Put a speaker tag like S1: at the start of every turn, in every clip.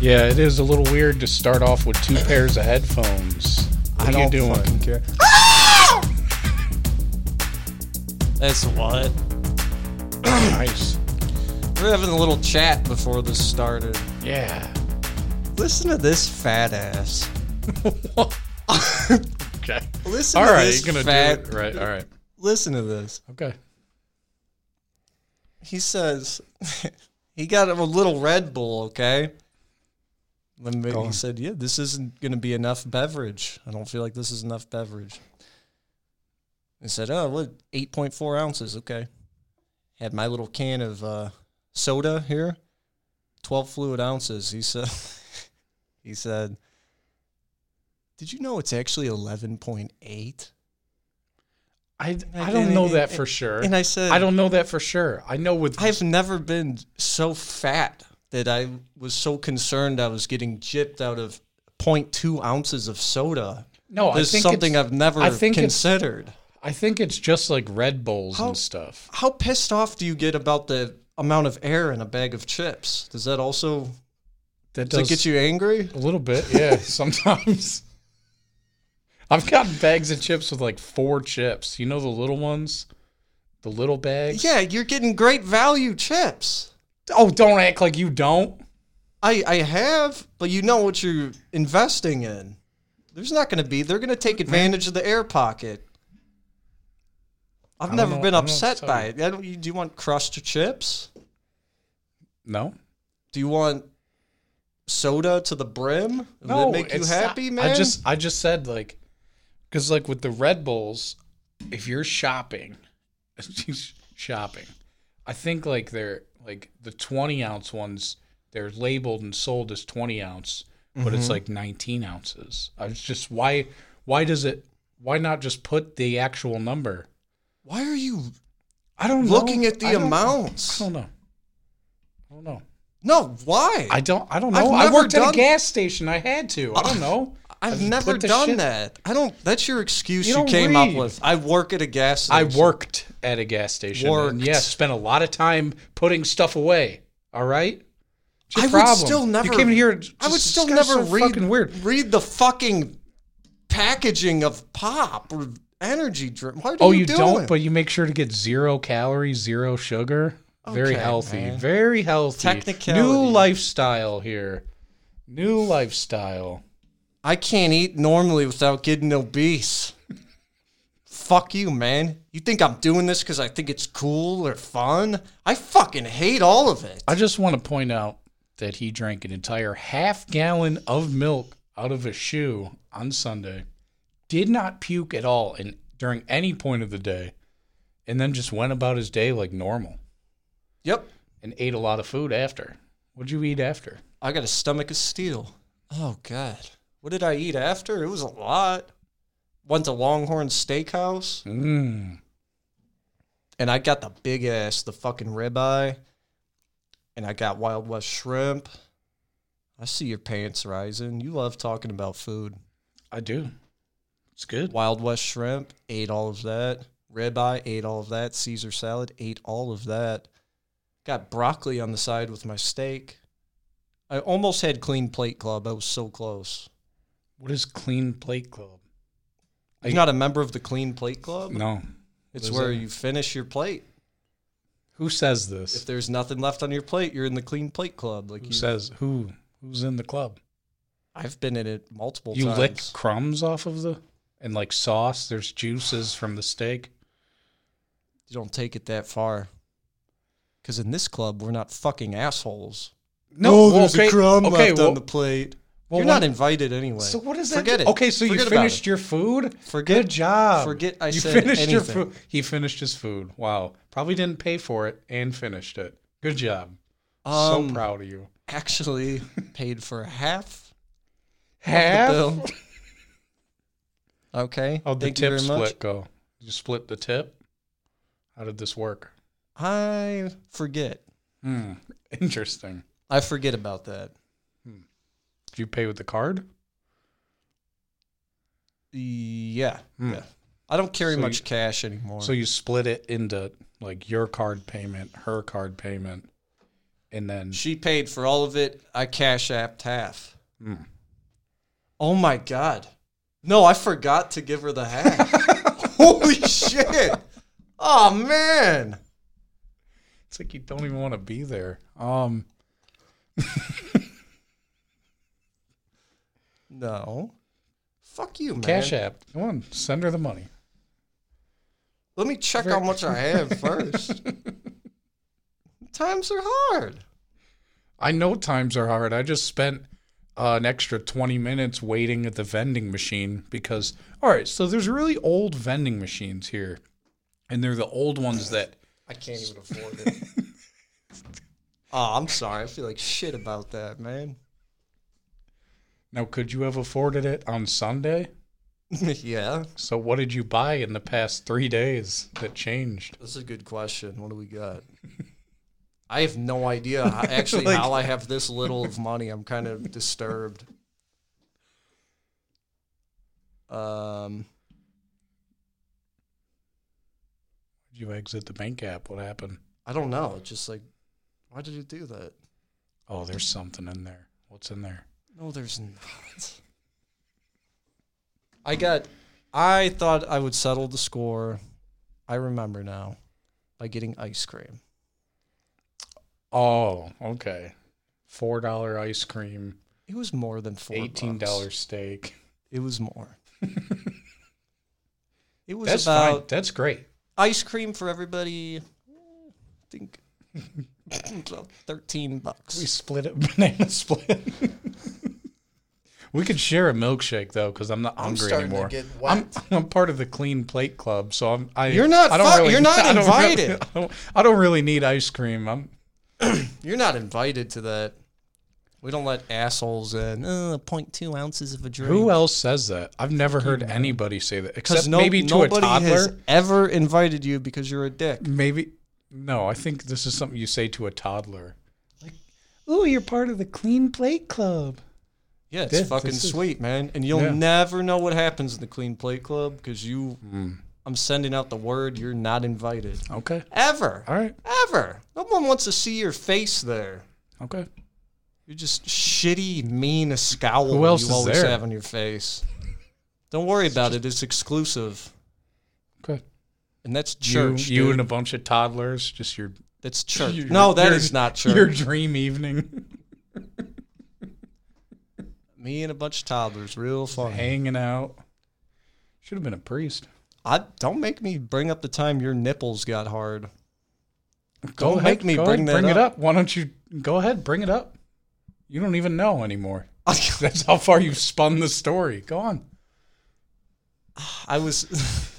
S1: Yeah, it is a little weird to start off with two pairs of headphones.
S2: I
S1: What are
S2: don't
S1: you doing?
S2: fucking care.
S3: That's what.
S1: Nice.
S3: We're having a little chat before this started.
S1: Yeah.
S3: Listen to this fat ass.
S1: Okay.
S3: Listen
S1: All
S3: to
S1: right,
S3: this
S1: you're gonna
S3: fat.
S1: do it right. All right.
S3: Listen to this.
S1: Okay.
S3: He says he got him a little Red Bull, okay? Then
S1: Go
S3: he
S1: on.
S3: said, "Yeah, this isn't going to be enough beverage. I don't feel like this is enough beverage." I said, "Oh, what? Eight point four ounces, okay." Had my little can of uh, soda here, twelve fluid ounces. He said, "He said, did you know it's actually eleven point eight?
S1: I, I
S3: and-
S1: don't know
S3: and-
S1: that for sure.
S3: And I said,
S1: I don't know that for sure. I know with
S3: I've never been so fat that I was so concerned I was getting gypped out of 0.2 ounces of soda.
S1: no. I
S3: This is
S1: think
S3: something
S1: it's,
S3: I've never
S1: I think it's-
S3: considered.
S1: I think it's just like Red Bulls
S3: How-
S1: and stuff.
S3: How pissed off do you get about the amount of air in a bag of chips? Does that also
S1: That
S3: does it
S1: does
S3: get you angry?
S1: a little bit. Yeah, sometimes. I've got bags of chips with like four chips. You know the little ones, the little bags.
S3: Yeah, you're getting great value chips.
S1: Oh, don't act like you don't.
S3: I, I have, but you know what you're investing in. There's not going to be. They're going to take advantage of the air pocket. I've
S1: don't
S3: never
S1: know-
S3: been
S1: I don't know what to
S3: upset
S1: tell
S3: by
S1: you.
S3: it. I don't, you, do you want crushed chips?
S1: No.
S3: Do you want soda to the brim? Would it make you
S1: it's not-
S3: happy, man?
S1: I just I just said like because like with the Red Bulls, if you're shopping, shopping, I think like they're like the twenty ounce ones. They're labeled and sold as twenty ounce, but
S3: Mm-hmm.
S1: it's like nineteen ounces. I was just why why does it why not just put the actual number?
S3: Why are you
S1: I don't
S3: looking
S1: know.
S3: at the
S1: I don't-
S3: amounts?
S1: I don't know. I don't know.
S3: No, why?
S1: I don't. I don't
S3: I've
S1: know. I
S3: never
S1: worked at
S3: done-
S1: a gas station. I had to. I don't know.
S3: I, have
S1: just
S3: never
S1: put the
S3: done
S1: shit-
S3: that. I don't. That's your excuse
S1: You
S3: you,
S1: don't
S3: came up
S1: read.
S3: with. I work at a gas
S1: I
S3: station.
S1: worked at a gas station.
S3: Worked.
S1: And yeah, spent a lot of time putting stuff away. All right. It's your
S3: I would
S1: problem.
S3: still never-
S1: You came in here.
S3: I would
S1: just-
S3: still
S1: it's kinda
S3: never
S1: so
S3: read
S1: Fucking weird.
S3: read the fucking packaging of pop or energy drink. What are
S1: Oh,
S3: you,
S1: you,
S3: doing?
S1: don't, but you make sure to get zero calories, zero sugar. Very
S3: Okay,
S1: healthy.
S3: man.
S1: Very healthy. New
S3: Technicality.
S1: lifestyle here. New lifestyle.
S3: I can't eat normally without getting obese. Fuck you, man. You think I'm doing this because I think it's cool or fun? I fucking hate all of it.
S1: I just want to point out that he drank an entire half gallon of milk out of a shoe on Sunday, did not puke at all and during any point of the day, and then just went about his day like normal
S3: Yep.
S1: and ate a lot of food after. What'd you eat after?
S3: I got a stomach of steel. Oh, God. What did I eat after? It was a lot. Went to Longhorn Steakhouse.
S1: Mm.
S3: and I got the big ass, the fucking ribeye, and I got Wild West shrimp. I see your pants rising. You love talking about food.
S1: I do. It's good.
S3: Wild West shrimp, ate all of that. Ribeye, ate all of that. Caesar salad, ate all of that. Got broccoli on the side with my steak. I almost had clean plate club. I was so close.
S1: What is Clean Plate Club?
S3: You're not a member of the clean plate club?
S1: No.
S3: It's
S1: What is
S3: where
S1: it?
S3: you finish your plate.
S1: Who says
S3: If
S1: this?
S3: there's nothing left on your plate, you're in the clean plate club. Like
S1: Who
S3: you
S1: says who? Who's in the club?
S3: I've been in it multiple
S1: You
S3: times.
S1: lick crumbs off of the and like sauce. There's juices from the steak.
S3: You don't take it that far. Because in this club, we're not fucking assholes. Oh,
S1: well, okay, okay, well,
S3: plate.
S1: well,
S3: You're not
S1: when-
S3: invited anyway.
S1: So what is that?
S3: Forget
S1: do-
S3: it.
S1: Okay, so you
S3: Forget about
S1: finished your food.
S3: Forget-
S1: Good job.
S3: forget I
S1: you
S3: said
S1: finished your
S3: anything.
S1: food. He finished his food. Wow. Probably didn't pay for it and finished it. Good job.
S3: it.
S1: so proud of you.
S3: Um, Actually, paid for half.
S1: Half
S3: bill. Okay.
S1: of the
S3: thank you
S1: tip
S3: very
S1: split
S3: much.
S1: go. You split the tip. How did this work?
S3: I forget.
S1: Hmm. Interesting.
S3: I forget about that.
S1: Did you pay with the card?
S3: Yeah.
S1: Hmm.
S3: yeah. I don't carry
S1: So
S3: much
S1: you-
S3: cash anymore.
S1: So you split it into like your card payment, her card payment, and then
S3: She paid for all of it. I cash apped half. Oh my god. No, I forgot to give her the half. Holy shit. Oh man.
S1: it's like you don't even want to be there. Um,
S3: No. Fuck you, man.
S1: Cash App, come on, send her the money.
S3: Let me check how much I have first. Times are hard.
S1: I know times are hard. I just spent uh, an extra 20 minutes waiting at the vending machine because, all right, so there's really old vending machines here, and they're the old ones that
S3: I can't even afford it. oh, I'm sorry. I feel like shit about that, man.
S1: now could you have afforded it on Sunday?
S3: yeah.
S1: So what did you buy in the past three days that changed?
S3: This is a good question. What do we got? I have no idea. how- Actually, how I have this little of money, I'm kind of disturbed. Um,
S1: Did you exit the bank app? What happened?
S3: I don't know. It's just like, why did it do that?
S1: Oh, there's something in there. What's in there?
S3: No, there's not. I got. I thought I would settle the score. I remember now by getting ice cream.
S1: Oh, okay. Four dollar ice cream,
S3: It was more than four.
S1: eighteen
S3: bucks.
S1: dollar steak.
S3: It was more. it was
S1: That's
S3: about
S1: fine. That's great.
S3: ice cream for everybody. I think about thirteen bucks.
S1: We split it, banana split. we could share a milkshake though, because I'm not hungry
S3: starting to
S1: anymore.
S3: get
S1: I'm I'm part of the clean plate club, so I'm. I,
S3: You're not
S1: I don't
S3: fu-
S1: really,
S3: you're not
S1: I don't
S3: invited.
S1: Really, I, don't, I don't really need ice cream. I'm.
S3: You're not invited to that. We don't let assholes in. Uh, 0.2 ounces of a drink.
S1: Who else says that? I've never heard anybody say that, except
S3: Because no,
S1: maybe to a
S3: nobody
S1: toddler.
S3: has ever invited you because you're a dick.
S1: Maybe no. I think this is something you say to a toddler. Like, ooh, you're part of the clean plate club.
S3: Yeah, it's
S1: This-
S3: fucking
S1: this is-
S3: sweet, man. And you'll
S1: Yeah.
S3: never know what happens in the Clean Plate Club because you.
S1: Hmm.
S3: I'm sending out the word you're not invited.
S1: Okay.
S3: Ever.
S1: All right.
S3: Ever. No one wants to see your face there.
S1: Okay.
S3: You're just shitty, mean a scowl
S1: Who else
S3: you
S1: is
S3: always
S1: there?
S3: have on your face. Don't worry about it. It's exclusive.
S1: Okay.
S3: And that's
S1: You,
S3: church.
S1: you
S3: dude.
S1: and a bunch of toddlers, just your
S3: that's church.
S1: Your-
S3: no, that is
S1: your-
S3: not church.
S1: Your dream evening,
S3: Me and a bunch of toddlers. Real fun.
S1: hanging out. Should have been a priest.
S3: I don't make me bring up the time your nipples got hard.
S1: Go
S3: Don't
S1: ahead,
S3: make me
S1: go ahead,
S3: bring that
S1: bring it
S3: up.
S1: up. Why don't you go ahead, bring it up? You don't even know anymore.
S3: I
S1: That's how far you've spun the story. Go on.
S3: was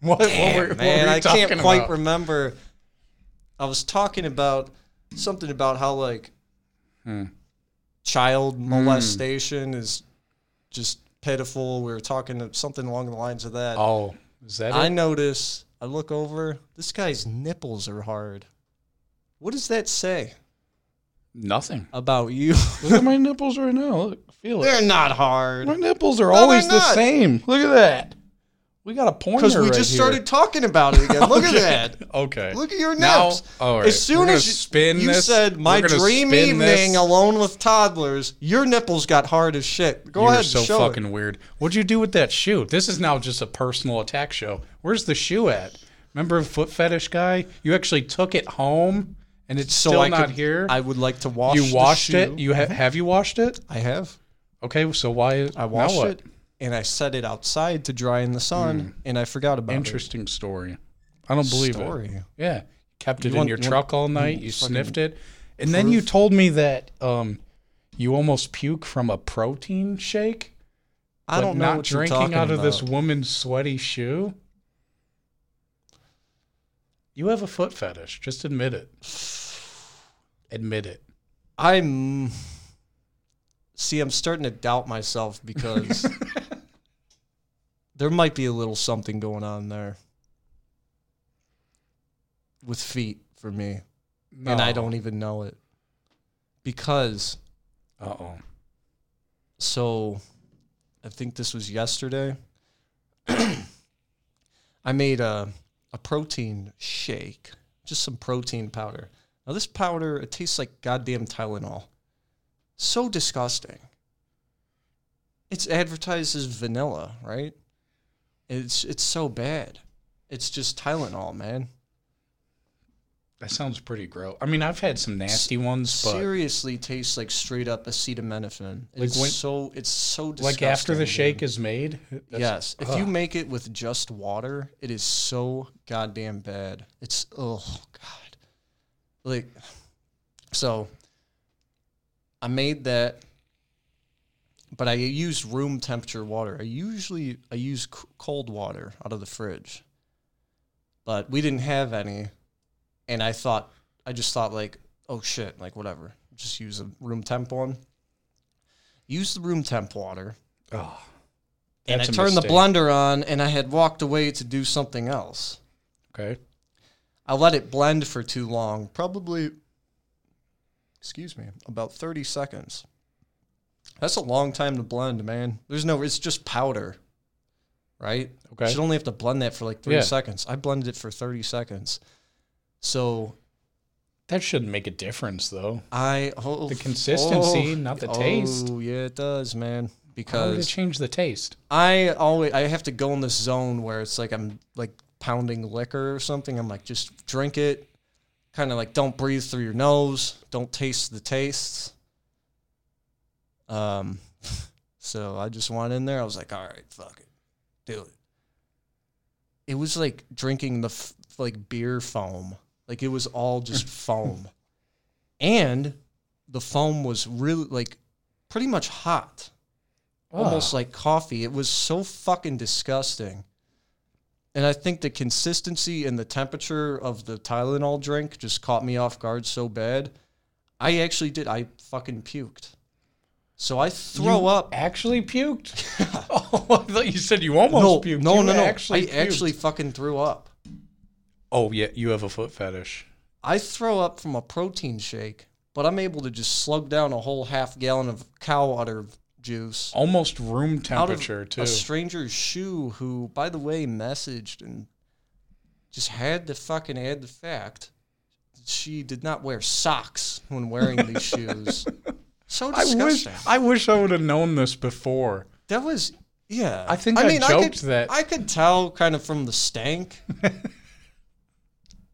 S1: What, what were- what were,
S3: man,
S1: you
S3: I can't
S1: talking
S3: quite
S1: about?
S3: remember. I was talking about something about how like
S1: Hmm.
S3: child molestation is just pitiful. We were talking of something along the lines of that.
S1: Oh, is that
S3: I
S1: it?
S3: notice. I look over. This guy's nipples are hard. What does that say
S1: nothing?
S3: about you?
S1: Look at my nipples right now. Look, feel it.
S3: They're not hard.
S1: My nipples are
S3: they're
S1: always the
S3: not.
S1: same. Look at that. We got a pointer
S3: Because we
S1: right
S3: just
S1: here.
S3: started talking about it again. Look at that.
S1: Okay.
S3: Look at your
S1: Now-
S3: nips.
S1: all right,
S3: As
S1: we're
S3: soon
S1: gonna
S3: as you,
S1: spin
S3: you
S1: this.
S3: said my
S1: We're gonna
S3: dream
S1: spin
S3: evening
S1: this."
S3: alone with toddlers, your nipples got hard as shit. Go
S1: You're
S3: ahead,
S1: so
S3: and show
S1: fucking
S3: it.
S1: weird. What'd you do with that shoe? This is now just a personal attack show. Where's the shoe at? Remember foot fetish guy? You actually took it home and it's
S3: So
S1: still
S3: I
S1: not
S3: could-
S1: here.
S3: I would like to wash.
S1: you
S3: the
S1: washed it.
S3: shoe.
S1: You ha- have you washed it?
S3: I have.
S1: Okay, so why?
S3: I washed it, and I set it outside to dry in the sun, and I forgot about
S1: Hmm. Interesting story. I don't believe
S3: it. Story.
S1: it. Yeah, kept it in
S3: want-
S1: your
S3: you want- Mm-hmm.
S1: truck all night. You sniffed it, and then you told me that um, you almost puke from a protein shake.
S3: I
S1: but
S3: don't know
S1: not
S3: what you're
S1: drinking
S3: talking
S1: out of this
S3: about.
S1: woman's sweaty shoe. You have a foot fetish. Just admit it. Admit it.
S3: I'm. See, I'm starting to doubt myself because there might be a little something going on there with feet for me, and I don't even know it because
S1: Uh oh.
S3: so I think this was yesterday. I made a a protein shake, just some protein powder. Now this powder, it tastes like goddamn Tylenol. So disgusting. It's advertised as vanilla, right? It's it's so bad. It's just Tylenol, man.
S1: That sounds pretty gross. I mean, I've had some nasty ones, but
S3: Seriously, tastes like straight up acetaminophen.
S1: Like
S3: It's
S1: when-
S3: so it's so disgusting.
S1: like after the
S3: dude.
S1: shake is made, that's-
S3: yes, if you
S1: ugh.
S3: make it with just water, it is so goddamn bad. It's oh god, like so. I made that, but I used room temperature water. I usually I use c- cold water out of the fridge, but we didn't have any, and I thought I just thought like oh shit like whatever just use a room temp one. Use the room temp water
S1: ugh,
S3: and I
S1: that's a
S3: turned the
S1: mistake.
S3: blender on and I had walked away to do something else.
S1: Okay,
S3: I let it blend for too long, probably, excuse me, about 30 seconds. That's a long time to blend, man. There's no, it's just powder, right?
S1: Okay.
S3: You should only have to blend that for like three
S1: Yeah.
S3: seconds. I blended it for 30 seconds. So
S1: that shouldn't make a difference though.
S3: I, oh,
S1: The consistency, not the taste.
S3: Oh, yeah, it does, man.
S1: How would it
S3: Because
S1: change the taste?
S3: I always I have to go in this zone where it's like I'm like pounding liquor or something. I'm like just drink it, kind of like don't breathe through your nose, don't taste the tastes. Um, so I just went in there. I was like, all right, fuck it, do it. It was like drinking the f- like beer foam. Like it was all just foam, and the foam was really like pretty much hot almost
S1: Ah.
S3: like coffee. It was so fucking disgusting. And I think the consistency and the temperature of the Tylenol drink just caught me off guard so bad. I actually did. I fucking puked. So I throw
S1: You
S3: up.
S1: Actually puked. oh, I thought you said you almost
S3: No,
S1: puked.
S3: no,
S1: You
S3: no, no.
S1: Actually
S3: I
S1: puked.
S3: actually fucking threw up.
S1: Oh yeah, you have a foot fetish.
S3: I throw up from a protein shake, but I'm able to just slug down a whole half gallon of cow udder juice.
S1: Almost room
S3: out of
S1: temperature too.
S3: a stranger's shoe who, by the way, messaged and just had to fucking add the fact that she did not wear socks when wearing these shoes. So
S1: I wish
S3: disgusting.
S1: I wish I would have known this before.
S3: that was yeah.
S1: I think I
S3: I
S1: joked
S3: could,
S1: that-
S3: I could tell kind of from the stank,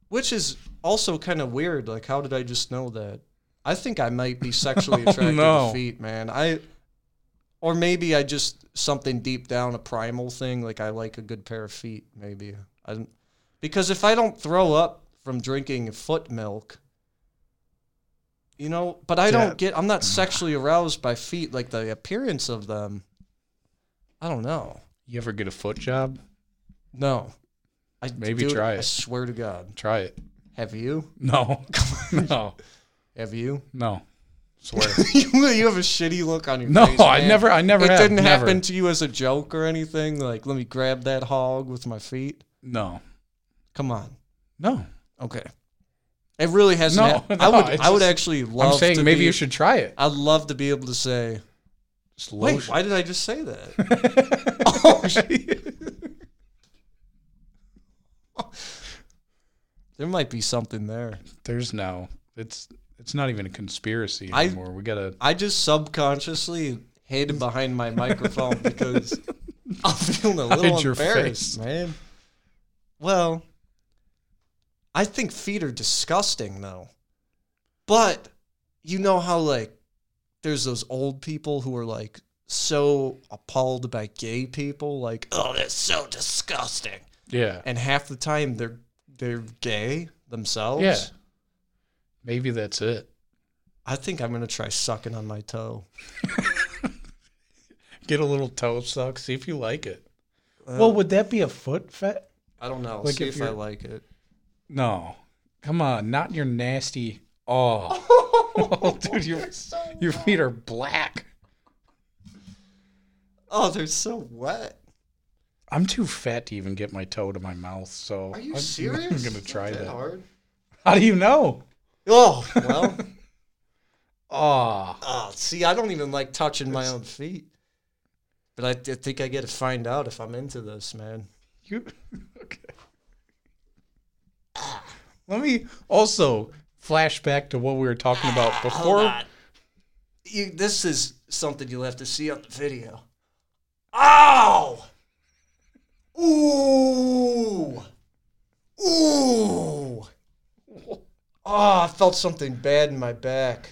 S3: which is also kind of weird. Like, how did I just know that? I think I might be sexually
S1: Oh,
S3: attracted
S1: no.
S3: to feet, man. I or maybe I just something deep down a primal thing. Like I like a good pair of feet. Maybe I don't because if I don't throw up from drinking foot milk. You know, but I
S1: Yeah.
S3: don't get. I'm not sexually aroused by feet, like the appearance of them. I don't know.
S1: You ever get a foot job?
S3: No. I
S1: Maybe
S3: dude,
S1: try
S3: I
S1: it.
S3: swear to God.
S1: Try it.
S3: Have you?
S1: No, no,
S3: Have you?
S1: no. Swear.
S3: you you have a shitty look on your
S1: No,
S3: face.
S1: I
S3: man.
S1: never, I never.
S3: It
S1: have,
S3: didn't
S1: never.
S3: happen to you as a joke or anything. Like, let me grab that hog with my feet.
S1: No,
S3: Come on.
S1: no.
S3: Okay. It really hasn't.
S1: No,
S3: hap-
S1: no,
S3: I would.
S1: it's
S3: I would
S1: just-
S3: actually love.
S1: I'm saying
S3: to
S1: maybe
S3: be-
S1: you should try it.
S3: I'd love to be able to say.
S1: Just
S3: Wait,
S1: lotion.
S3: why did I just say that? oh, shit. there might be something there.
S1: There's no. It's it's not even a conspiracy
S3: I-
S1: anymore. we gotta.
S3: I just subconsciously hid behind my microphone because I'm feeling a little
S1: Hide your face.
S3: embarrassed, man. Well, I think feet are disgusting, though. But you know how like there's those old people who are like so appalled by gay people, like oh, that's so disgusting,
S1: Yeah,
S3: and half the time they're they're gay themselves.
S1: yeah. Maybe that's it.
S3: I think I'm gonna try sucking on my toe.
S1: Get a little toe suck. See if you like it. well, would that be a foot fet?
S3: I don't know.
S1: Like,
S3: See
S1: if
S3: if I
S1: you're-
S3: like it.
S1: No, come on, not your nasty. Oh, oh dude, your your feet are black.
S3: Oh, they're so wet.
S1: I'm too fat to even get my toe to my mouth. So
S3: Are you
S1: I'm not
S3: serious?
S1: gonna
S3: Is
S1: try that.
S3: Hard?
S1: How do you know?
S3: Oh well.
S1: Ah,
S3: oh, see, I don't even like touching my own feet. But I, I think I get to find out if I'm into this, man.
S1: you okay? Let me also flashback to what we were talking about
S3: Ah, Hold
S1: before.
S3: on. You, this is something you'll have to see on the video. Ow! Ooh! Ooh! Oh, I felt something bad in my back.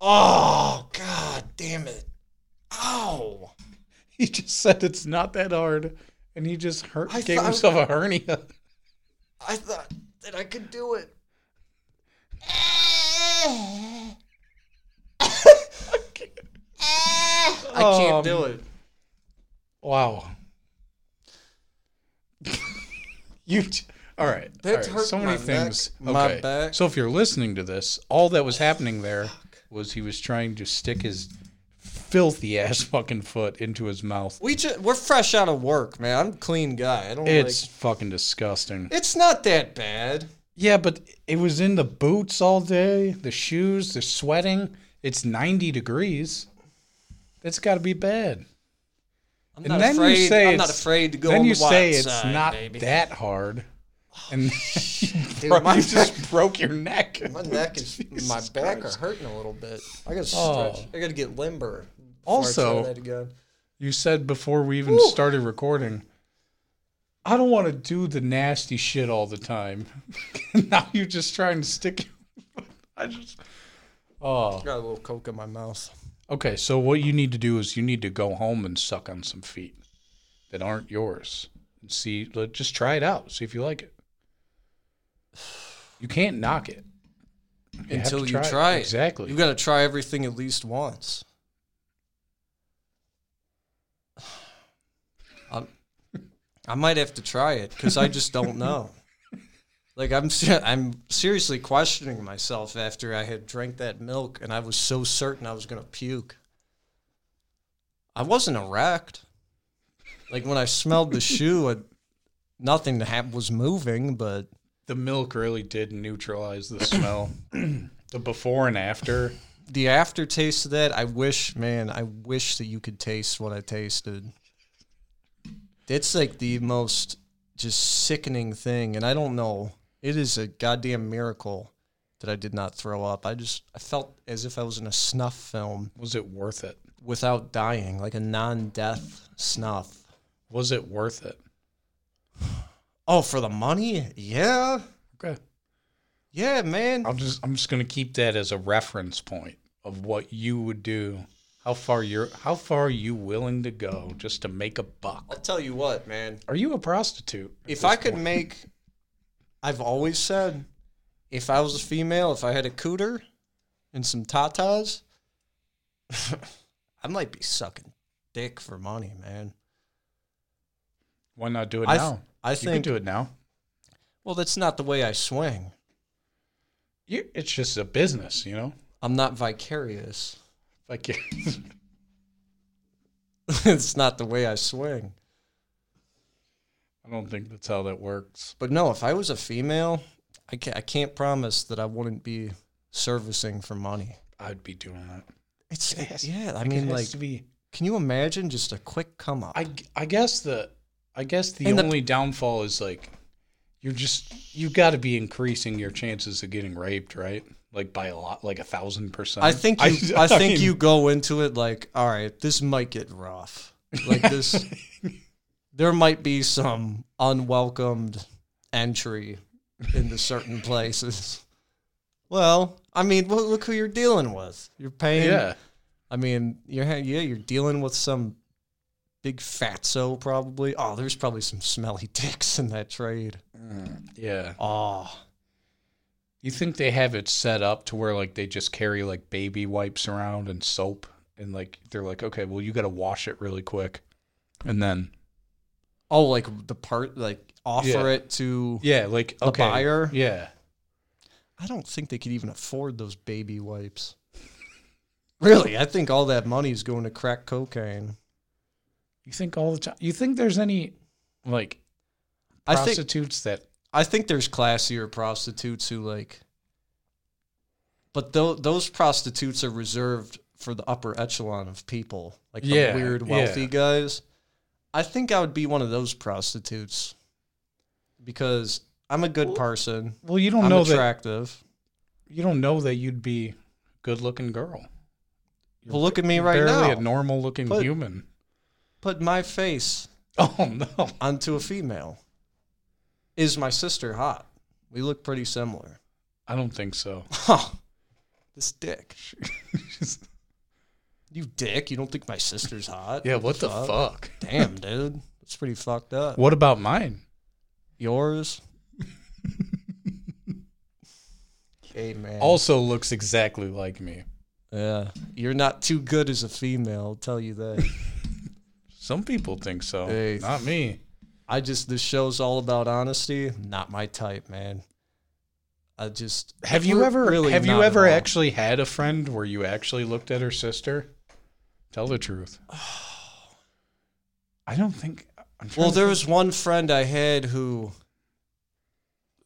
S3: Oh, god damn it. Ow!
S1: He just said it's not that hard, and he just hurt,
S3: I
S1: gave
S3: thought-
S1: himself a hernia.
S3: I thought that I could do it. I can't
S1: Um,
S3: do it.
S1: Wow. you j- all right.
S3: That
S1: all right,
S3: hurt
S1: so many
S3: my
S1: things.
S3: neck, my
S1: okay.
S3: back.
S1: So if you're listening to this, all that was happening there was he was trying to stick his filthy ass fucking foot into his mouth.
S3: We just, we're fresh out of work, man. I'm a clean guy. I don't
S1: It's fucking disgusting.
S3: like. It's not that bad.
S1: Yeah, but it was in the boots all day, the shoes, the sweating. It's 90 degrees. That's got to be bad.
S3: I'm
S1: And
S3: not
S1: then you
S3: afraid.
S1: say
S3: I'm not
S1: it's-
S3: afraid to go
S1: then
S3: on
S1: you
S3: the wild
S1: say it's
S3: side,
S1: not
S3: baby.
S1: that hard. And
S3: Dude,
S1: Bro,
S3: my,
S1: you just broke your neck.
S3: my neck is my
S1: Jesus
S3: back
S1: Christ.
S3: are hurting a little bit. I gotta
S1: Oh.
S3: stretch. I gotta get limber. before I try
S1: Also-
S3: that again.
S1: You said before we even
S3: Woo.
S1: started recording, I don't want to do the nasty shit all the time. now you're just trying to stick. your- I just. Oh.
S3: I got a little coke in my mouth.
S1: Okay, so what you need to do is you need to go home and suck on some feet that aren't yours and see. let- Just try it out. See if you like it. You can't knock it You have
S3: Until
S1: to
S3: you try it.
S1: Exactly.
S3: You gotta try everything at least once. i I might have to try it because I just don't know. Like I'm, se- I'm seriously questioning myself after I had drank that milk and I was so certain I was gonna puke. I wasn't erect. Like when I smelled the shoe, I, nothing ha- was moving, but
S1: the milk really did neutralize the smell. the before and after.
S3: the aftertaste of that, I wish, man, I wish that you could taste what I tasted. It's like the most just sickening thing, and I don't know. It is a goddamn miracle that I did not throw up. I just I felt as if I was in a snuff film
S1: Was it worth it?
S3: without dying, like a non-death snuff.
S1: Was it worth it?
S3: Oh, for the money? Yeah.
S1: Okay.
S3: Yeah, man.
S1: I'll just I'm just gonna keep that as a reference point of what you would do. How far you're how far are you willing to go just to make a buck?
S3: I'll tell you what, man.
S1: Are you a prostitute? at
S3: if
S1: this
S3: I could
S1: point?
S3: make, I've always said, if I was a female, if I had a cooter and some tatas, I might be sucking dick for money, man.
S1: why not do it
S3: I th-
S1: now?
S3: I
S1: you can
S3: think-
S1: do it now.
S3: Well, that's not the way I swing.
S1: You, it's just a business, you know?
S3: I'm not vicarious.
S1: Like you-
S3: it's not the way I swing.
S1: I don't think that's how that works.
S3: But no, if I was a female, I can't, I can't promise that I wouldn't be servicing for money.
S1: I'd be doing that.
S3: It's
S1: It has-
S3: yeah. I
S1: It
S3: mean,
S1: has
S3: like,
S1: to be
S3: can you imagine just a quick come up?
S1: I, I guess the I guess the
S3: And the-
S1: only downfall is like you're just you got to be increasing your chances of getting raped, right? Like by a lot, like a thousand percent.
S3: I think you, I, think
S1: mean,
S3: you go into it like, all right, this might get rough. Like this, there might be some unwelcomed entry into certain places. Well, I mean, look, look who you're dealing with. You're paying.
S1: Yeah,
S3: I mean, you're ha- yeah, you're dealing with some big fatso probably. Oh, there's probably some smelly dicks in that trade.
S1: yeah.
S3: Oh,
S1: You think they have it set up to where like they just carry like baby wipes around and soap, and like they're like, okay, well you got to wash it really quick, and then
S3: oh, like the part like offer
S1: Yeah.
S3: it to.
S1: yeah, like
S3: The
S1: okay,
S3: buyer?
S1: yeah,
S3: I don't think they could even afford those baby wipes. Really, I think all that money is going to crack cocaine.
S1: you think all the time. You think there's any like
S3: I think
S1: prostitutes that
S3: I think there's classier prostitutes who like, but tho- those prostitutes are reserved for the upper echelon of people, like the
S1: Yeah,
S3: weird
S1: yeah.
S3: wealthy guys. I think I would be one of those prostitutes because I'm a good person.
S1: Well, you don't
S3: I'm
S1: know that
S3: attractive.
S1: you don't know that you'd be a good-looking girl.
S3: Well, look at me right
S1: Barely
S3: now.
S1: a normal-looking
S3: But-
S1: human.
S3: Put my face
S1: Oh no.
S3: onto a female. Is my sister hot? We look pretty similar.
S1: I don't think so.
S3: Huh. This dick. You dick. You don't think my sister's hot?
S1: yeah, what the fuck?
S3: Damn, dude. That's pretty fucked up.
S1: What about mine?
S3: Yours? hey, man.
S1: Also looks exactly like me.
S3: yeah. You're not too good as a female, I'll tell you that.
S1: Some people think so.
S3: Hey.
S1: Not me.
S3: I just, this show's all about honesty. Not my type, man. I just.
S1: Have you
S3: re-
S1: ever
S3: really
S1: have
S3: not
S1: you
S3: at
S1: ever
S3: all.
S1: actually had a friend where you actually looked at her sister? Tell the truth. I don't think I'm
S3: Well,
S1: trying to
S3: there was one friend I had who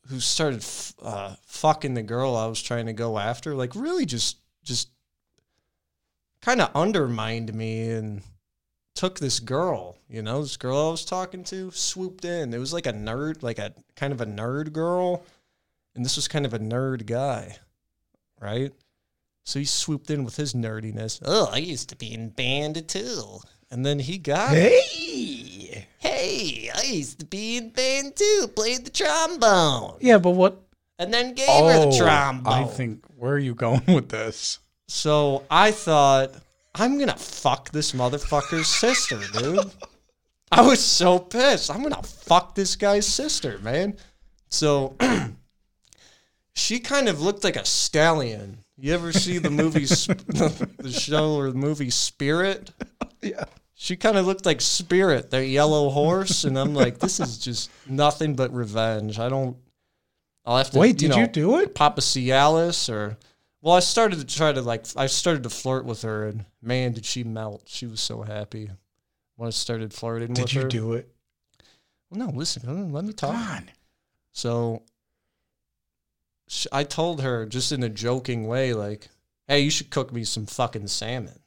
S3: who started f- uh, fucking the girl I was trying to go after. Like, really, just just kind of undermined me and took this girl. You know, this girl I was talking to swooped in. It was like a nerd, like a kind of a nerd girl, and this was kind of a nerd guy, right? So he swooped in with his nerdiness. Oh, I used to be in band too. And then he got it.
S1: Hey.
S3: Hey, I used to be in band too, played the trombone,
S1: Yeah, but what?
S3: and then gave her
S1: Oh,
S3: the trombone.
S1: I think where are you going with this?
S3: so I thought, I'm gonna fuck this motherfucker's sister, dude. I was so pissed. I'm gonna fuck this guy's sister, man. So she kind of looked like a stallion. You ever see the movie, Sp- the show or the movie Spirit?
S1: Yeah.
S3: She kind of looked like Spirit, that yellow horse, and I'm like, this is just nothing but revenge. I don't. I'll have to
S1: Wait, did
S3: know,
S1: you do it?
S3: Papa Cialis or? Well, I started to try to like. I started to flirt with her, and man, did she melt! She was so happy when I started flirting with
S1: Did you
S3: her.
S1: do it?
S3: No, listen, let me
S1: Come
S3: talk.
S1: on.
S3: So sh- I told her just in a joking way, like, hey, you should cook me some fucking salmon.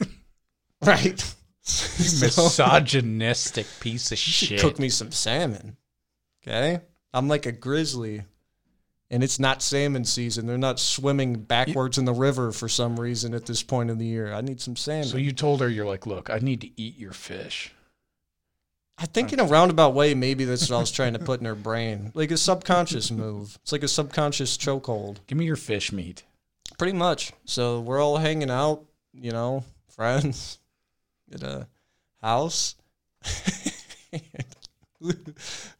S3: right? So-
S1: Misogynistic piece of
S3: you should
S1: shit.
S3: cook me some salmon. Okay? I'm like a grizzly. And it's not salmon season. They're not swimming backwards in the river for some reason at this point in the year. I need some salmon.
S1: So you told her you're like, look, I need to eat your fish.
S3: I think in a roundabout way, maybe that's what I was trying to put in her brain. Like a subconscious move. It's like a subconscious chokehold.
S1: Give me your fish meat.
S3: pretty much. So we're all hanging out, you know, friends at a house.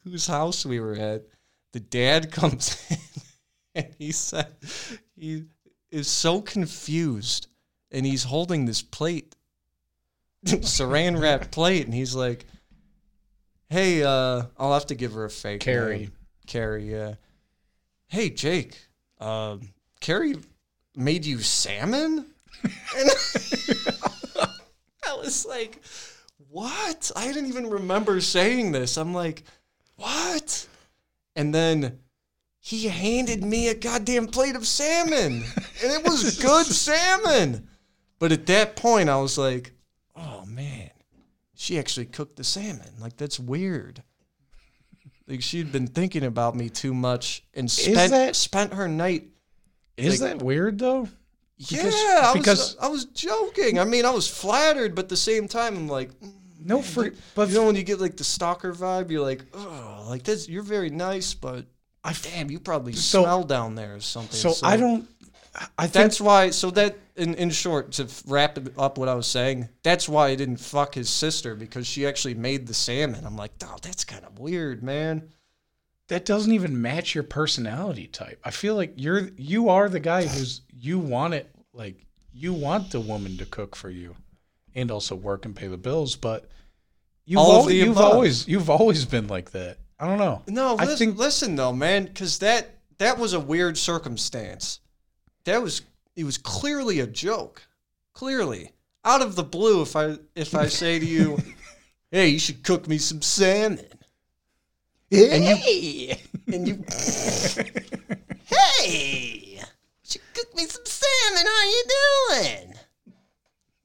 S3: Whose house we were at? The dad comes in and he said he is so confused and he's holding this plate, saran wrap plate, and he's like, "Hey, uh, I'll have to give her a fake
S1: Carrie.
S3: name. Carrie, yeah. Hey, Jake, um, Carrie made you salmon? And I was like, what? I didn't even remember saying this. I'm like, what? And then he handed me a goddamn plate of salmon, and it was good salmon. But at that point, I was like, oh man, she actually cooked the salmon. Like, that's weird. Like she'd been thinking about me too much and spent
S1: that-
S3: spent her night
S1: Is
S3: Like-
S1: that weird though?
S3: yeah,
S1: Because-
S3: I,
S1: because-
S3: was, I was joking. I mean, I was flattered, but at the same time, I'm like,
S1: No, for
S3: you know, when you get like the stalker vibe, you're like, oh, like this, you're very nice, but I damn, you probably
S1: So-
S3: smell down there or something.
S1: so I don't. I think
S3: That's why. So that, in in short, to f- wrap it up, what I was saying, that's why I didn't fuck his sister because she actually made the salmon. I'm like, oh, that's kind of weird, man.
S1: that doesn't even match your personality type. I feel like you're you are the guy who's you want it like you want the woman to cook for you, and also work and pay the bills. But you've
S3: All of
S1: al-
S3: the
S1: you've
S3: above.
S1: always you've always been like that. I don't know.
S3: No,
S1: I
S3: listen,
S1: think-
S3: listen though, man, because that that was a weird circumstance. That was it was clearly a joke. Clearly, out of the blue, if I if I say to you, "Hey, you should cook me some salmon," and you, "Hey, you should cook me some salmon," how you doing?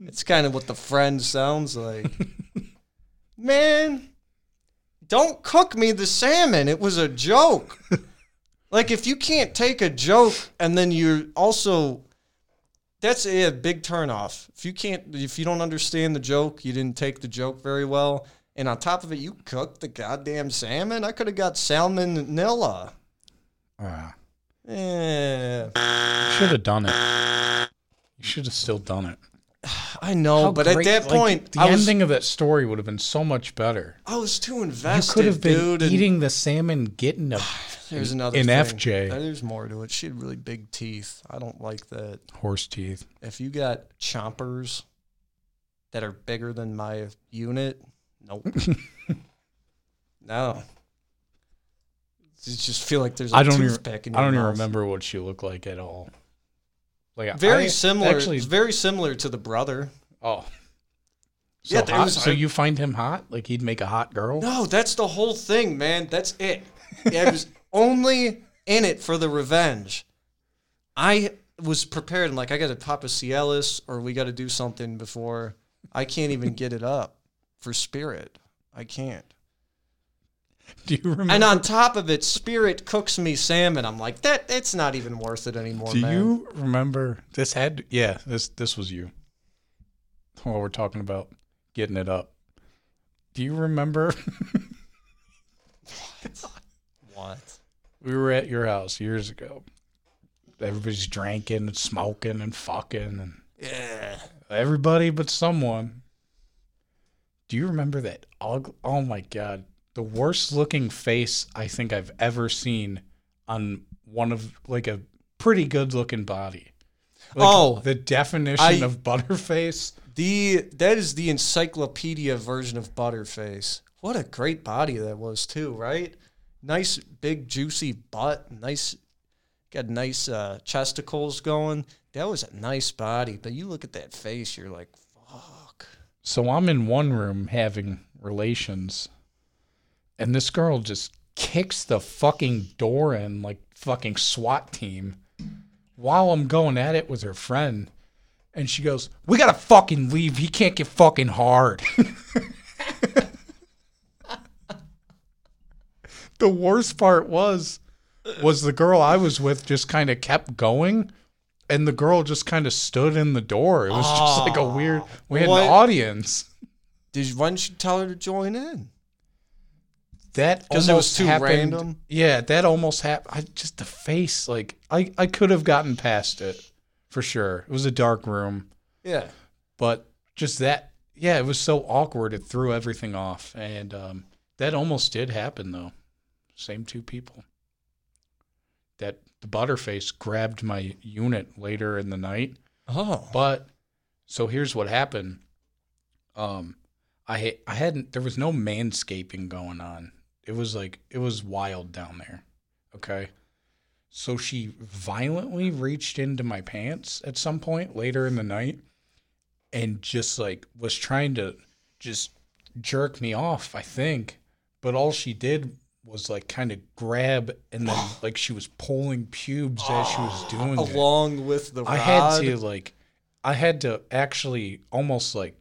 S3: It's kind of what the friend sounds like, man. Don't cook me the salmon. It was a joke. like if you can't take a joke and then you're also that's a big turnoff. If you can't if you don't understand the joke, you didn't take the joke very well. And on top of it, you cooked the goddamn salmon. I could have got salmonella.
S1: Uh,
S3: Eh,
S1: you should have done it. You should have still done it.
S3: I know,
S1: How
S3: but
S1: great-
S3: at that
S1: like,
S3: point,
S1: the
S3: I was
S1: ending of that story would have been so much better.
S3: I was too
S1: You
S3: invested.
S1: could have been
S3: dude, and-
S1: eating the salmon, getting a
S3: There's another
S1: in
S3: thing.
S1: FJ.
S3: There's more to it. She had really big teeth. I don't like that.
S1: horse teeth.
S3: If you got chompers that are bigger than my unit, nope. no. You just feel like there's a
S1: I don't even.
S3: toothpick in
S1: I
S3: your
S1: don't even
S3: mouth.
S1: remember what she looked like at all. Like
S3: Very
S1: I
S3: similar.
S1: Actually,
S3: it's very similar to the brother.
S1: oh. So
S3: Yeah, there
S1: hot,
S3: was-
S1: so you find him hot? Like he'd make a hot girl?
S3: No, that's the whole thing, man. That's it. I was only in it for the revenge. I was prepared. I'm like, I got to pop a Cialis or we got to do something before I can't even get it up for Spirit. I can't.
S1: Do you remember?
S3: And on top of it, Spirit cooks me salmon. I'm like, that. It's not even worth it anymore,
S1: Do
S3: man.
S1: you remember this had yeah, this this was you. While we're talking about getting it up. Do you remember
S3: What?
S1: we were at your house years ago? Everybody's drinking and smoking and fucking and
S3: Yeah.
S1: everybody but someone. Do you remember that ugly oh my god, the worst looking face I think I've ever seen on one of like a pretty good looking body. Like,
S3: Oh.
S1: the definition
S3: I-
S1: of butterface.
S3: The that is the encyclopedia version of Butterface. What a great body that was too, right? Nice big juicy butt, nice got nice uh chesticles going. That was a nice body, but you look at that face, you're like, fuck.
S1: So I'm in one room having relations, and this girl just kicks the fucking door in like fucking SWAT team while I'm going at it with her friend. And she goes, We gotta fucking leave. He can't get fucking hard. the worst part was was the girl I was with just kind of kept going and the girl just kind of stood in the door. It was just like a weird we had
S3: What?
S1: an audience.
S3: Did you, why didn't you tell her to join in?
S1: That almost
S3: 'Cause it was too
S1: happened-
S3: random?
S1: Yeah, that almost happened. I just the face, like I, I could have gotten past it for sure. It was a dark room,
S3: Yeah.
S1: but just that, yeah, it was so awkward. It threw everything off, and um, that almost did happen though. Same two people. That the butterface grabbed my unit later in the night,
S3: Oh.
S1: but so here's what happened. Um, I ha- I hadn't there was no manscaping going on. It was like it was wild down there. Okay. So she violently reached into my pants at some point later in the night and just like was trying to just jerk me off, I think. But all she did was like kind of grab and then like she was pulling pubes as she was doing it.
S3: Along with the
S1: Oh. I
S3: rod.
S1: had to like, I had to actually almost like,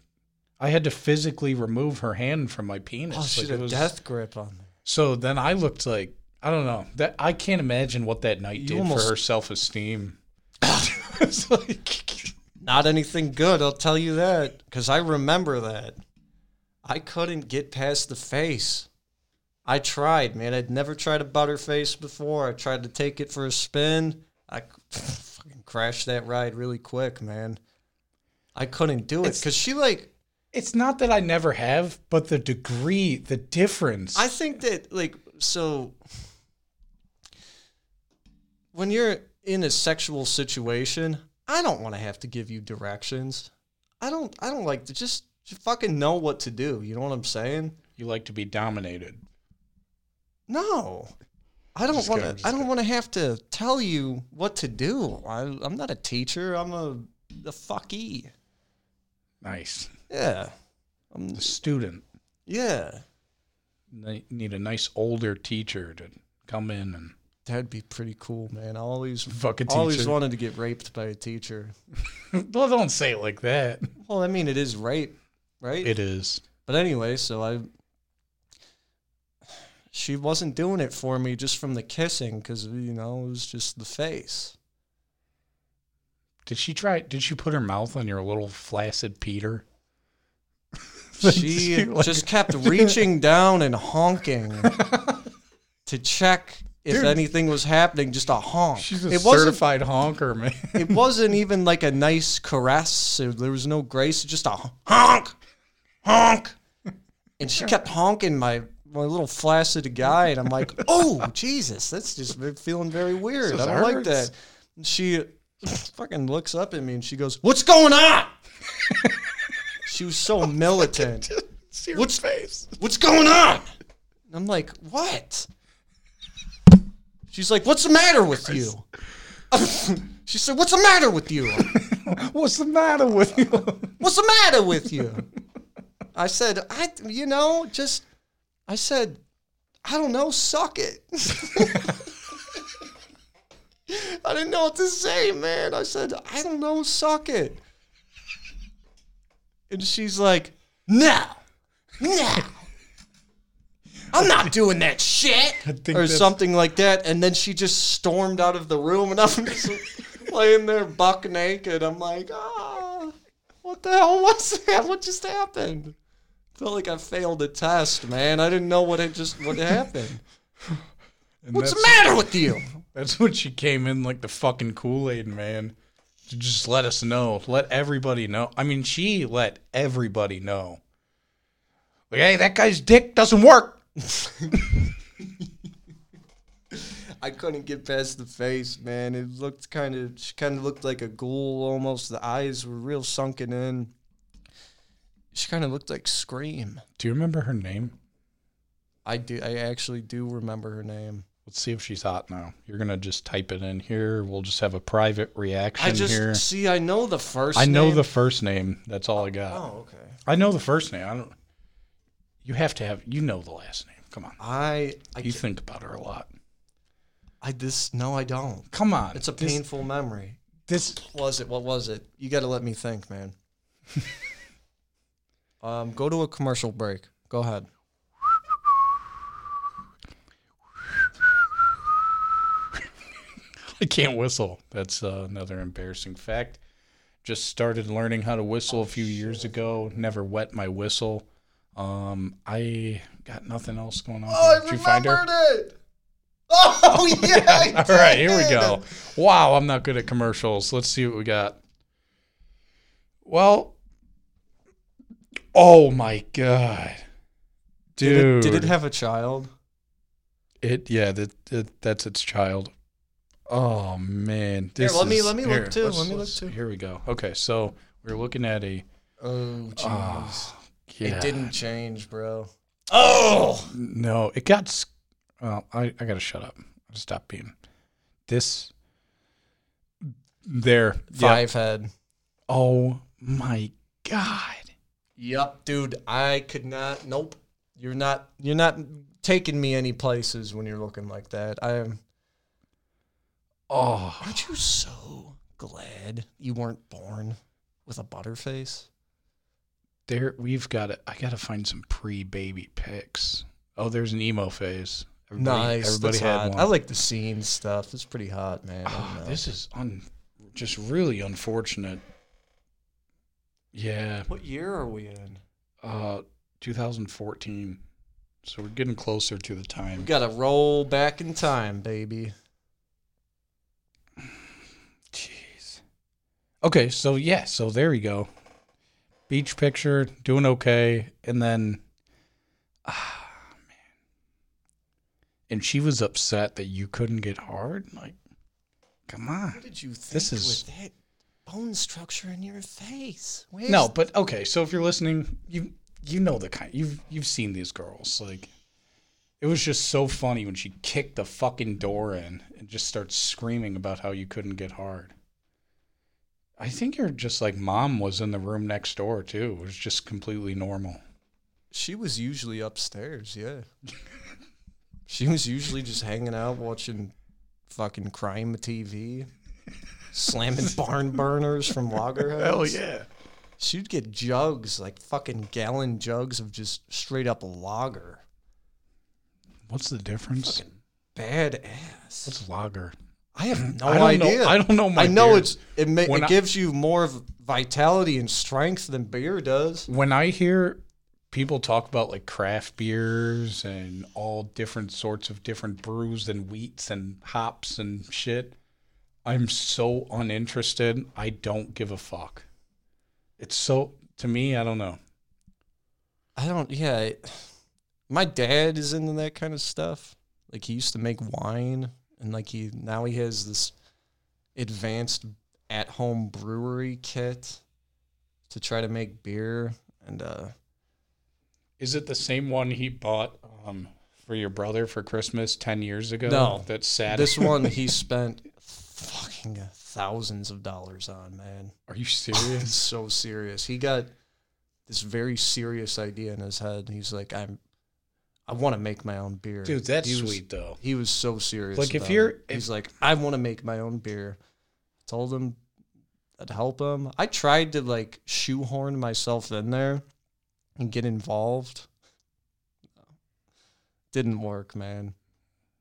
S1: I had to physically remove her hand from my penis.
S3: Oh,
S1: Like,
S3: she
S1: it
S3: had a
S1: was-
S3: death grip on me.
S1: So then I looked like I don't know that I can't imagine what that night did
S3: almost-
S1: for her self esteem. it's like
S3: Not anything good, I'll tell you that, because I remember that. I couldn't get past the face. I tried, man. I'd never tried a butterface before. I tried to take it for a spin. I c- fucking crashed that ride really quick, man. I couldn't do it
S1: It's-
S3: because she like.
S1: it's not that I never have, but the degree, the difference.
S3: I think that like so. When you're in a sexual situation, I don't want to have to give you directions. I don't. I don't like to just, just fucking know what to do. You know what I'm saying?
S1: you like to be dominated.
S3: No. I don't
S1: Just
S3: want
S1: kidding,
S3: to.
S1: just
S3: I don't want to have to tell you what to do. I, I'm not a teacher. I'm a the fucky.
S1: Nice.
S3: Yeah. I'm,
S1: The student
S3: yeah.
S1: they need a nice older teacher to come in and
S3: That'd be pretty cool, man. I always
S1: fuck a
S3: always
S1: teacher.
S3: wanted to get raped by a teacher.
S1: well, don't say it like that.
S3: Well, I mean, it is rape, right?
S1: It is.
S3: But anyway, so I she wasn't doing it for me just from the kissing because you know it was just the face.
S1: Did she try? Did she put her mouth on your little flaccid Peter? Like,
S3: She
S1: like-
S3: just kept reaching down and honking to check if
S1: Dude.
S3: anything was happening. Just a honk.
S1: She's a
S3: it wasn't.
S1: certified honker, man.
S3: It wasn't even like a nice caress. It- There was no grace. Just a honk, honk, and she kept honking my my little flaccid guy, and I'm like, oh Jesus, that's just been feeling very weird. I don't like
S1: hurts.
S3: that. And she fucking looks up at me and she goes, "What's going on?" she was so militant.
S1: See her
S3: What's-
S1: face?
S3: What's going on? And I'm like, what? She's like, what's the matter with you? she said, what's the matter with you?
S1: What's the matter with you?
S3: What's the matter with you? I said, I, you know, just, I said, I don't know, suck it. I didn't know what to say, man. I said, I don't know, suck it. And she's like, no, no, I'm not doing that shit.
S1: I think
S3: Or
S1: that's-
S3: something like that. And then she just stormed out of the room, and I'm just laying there buck naked. I'm like, ah, what the hell was that? What just happened? Felt like I failed a test, man. I didn't know what had just what happened.
S1: And
S3: What's the
S1: that's-
S3: matter with you?
S1: That's when she came in like the fucking Kool Aid man. To just let us know. Let everybody know. I mean, she let everybody know. Like, hey, that guy's dick doesn't work.
S3: I couldn't get past the face, man. It looked kind of she kind of looked like a ghoul almost. The eyes were real sunken in. She kind of looked like Scream.
S1: Do you remember her name?
S3: I do. I actually do remember her name.
S1: Let's see if she's hot now. You're gonna just type it in here. We'll just have a private reaction
S3: I just
S1: here.
S3: see. I know the first.
S1: I know
S3: name.
S1: the first name. That's all I got.
S3: Oh, okay.
S1: I know the first name. I don't. You have to have. You know the last name. Come on.
S3: I I,
S1: You think about her a lot.
S3: I this no, I don't.
S1: Come on.
S3: It's a
S1: This-
S3: painful memory.
S1: This.
S3: Was it? What was it? You got to let me think, man. um, go to a commercial break. Go ahead.
S1: I can't whistle. That's uh, another embarrassing fact. Just started learning how to whistle
S3: Oh,
S1: a few years ago. Never wet my whistle. Um, I got nothing else going on.
S3: Oh,
S1: here. Did you find her?
S3: it. Oh yeah. I
S1: All right, here we
S3: did.
S1: go. Wow, I'm not good at commercials. Let's see what we got. Well, oh my god, dude!
S3: Did it, did it have a child?
S1: It- yeah, that, that that's its child. Oh man,
S3: Here,
S1: this
S3: let me-
S1: is-
S3: let me look
S1: here,
S3: too,
S1: let's-
S3: let me look
S1: let's-
S3: too.
S1: Here we go. Okay, so we're looking at a.
S3: Oh jeez.
S1: Ah, Yeah,
S3: It didn't change, bro. Oh!
S1: No, it got. s- Well, I I gotta shut up. Stop being. This. There. Yeah.
S3: Five head.
S1: Oh my god.
S3: Yup, dude. I could not. Nope. You're not. You're not taking me any places when you're looking like that. I am.
S1: Oh,
S3: Aren't you so glad you weren't born with a butterface?
S1: there we've got it. I got to find some pre-baby pics. Oh, there's an emo phase.
S3: nice.
S1: Everybody
S3: that's
S1: had
S3: hot.
S1: one. Oh,
S3: I like the scene stuff. It's pretty hot, man. I don't know.
S1: this is un, just really unfortunate. Yeah,
S3: what year are we in?
S1: uh, 2014. So we're getting closer to the
S3: We
S1: time.
S3: gotta roll back in time, baby.
S1: Jeez. Okay, so yeah, so there you go. Beach picture, doing okay, and then, ah, man. And she was upset that you couldn't get hard. Like, come on.
S3: What did you think
S1: This is-
S3: with that bone structure in your face? Where's
S1: No, but okay. So if you're listening, you you know the kind you've you've seen these girls. Like, it was just so funny when she kicked the fucking door in and just starts screaming about how you couldn't get hard. I think you're just like mom was in the room next door too. It was just completely normal.
S3: She was usually upstairs, yeah. she was usually just hanging out watching fucking crime TV, slamming barn burners from loggerheads.
S1: yeah!
S3: She'd get jugs, like fucking gallon jugs of just straight up lager.
S1: What's the difference?
S3: Bad ass.
S1: What's lager?
S3: I have no
S1: I don't
S3: idea.
S1: know. I don't know. My
S3: I know
S1: beer.
S3: it's it, ma-
S1: When
S3: it
S1: I-
S3: gives you more of vitality and strength than beer does.
S1: when I hear people talk about like craft beers and all different sorts of different brews and wheats and hops and shit, I'm so uninterested. I don't give a fuck. It's so to me, I don't know.
S3: I don't. Yeah, it- my dad is into that kind of stuff. Like he used to make wine, and like he now he has this advanced at-home brewery kit to try to make beer. And uh,
S1: Is it the same one he bought um, for your brother for Christmas ten years ago?
S3: No.
S1: that's sad.
S3: this one he spent fucking thousands of dollars on. Man,
S1: Are you serious?
S3: it's so serious. He got this very serious idea in his head. He's like, I'm. I want to make my own beer,
S1: Dude, that's
S3: He was-
S1: sweet though.
S3: He was so serious.
S1: Like, if
S3: about
S1: you're-
S3: it. he's like, I want to make my own beer. Told him I'd help him. I tried to like shoehorn myself in there and get involved. Didn't work, man.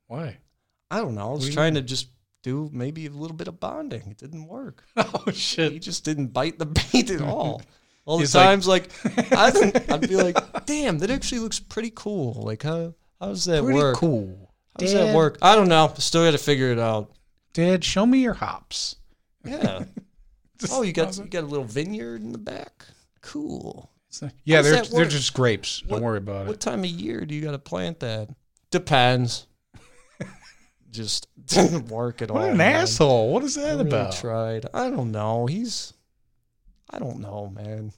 S1: Why?
S3: I don't know. I
S1: do
S3: was
S1: you
S3: trying to just do maybe a little bit of bonding. It didn't work.
S1: Oh
S3: He
S1: shit!
S3: just didn't bite the bait at all. All the
S1: He's like-
S3: times, like, I didn't, I'd be like, "Damn, that actually looks pretty cool." Like, how how does that
S1: Pretty
S3: work?
S1: cool.
S3: How does that work? I don't know. Still got to figure it out.
S1: Dad, show me your hops.
S3: Yeah. oh, you got you got a little vineyard in the back. Cool.
S1: Yeah,
S3: How does
S1: they're
S3: that
S1: they're
S3: work?
S1: just grapes. Don't
S3: What-
S1: worry about
S3: What
S1: it.
S3: time of year do you got to plant that? Depends. Just didn't work at all.
S1: What an
S3: man.
S1: asshole! What is
S3: I
S1: that
S3: really
S1: about?
S3: tried. I don't know. He's. I don't know, man.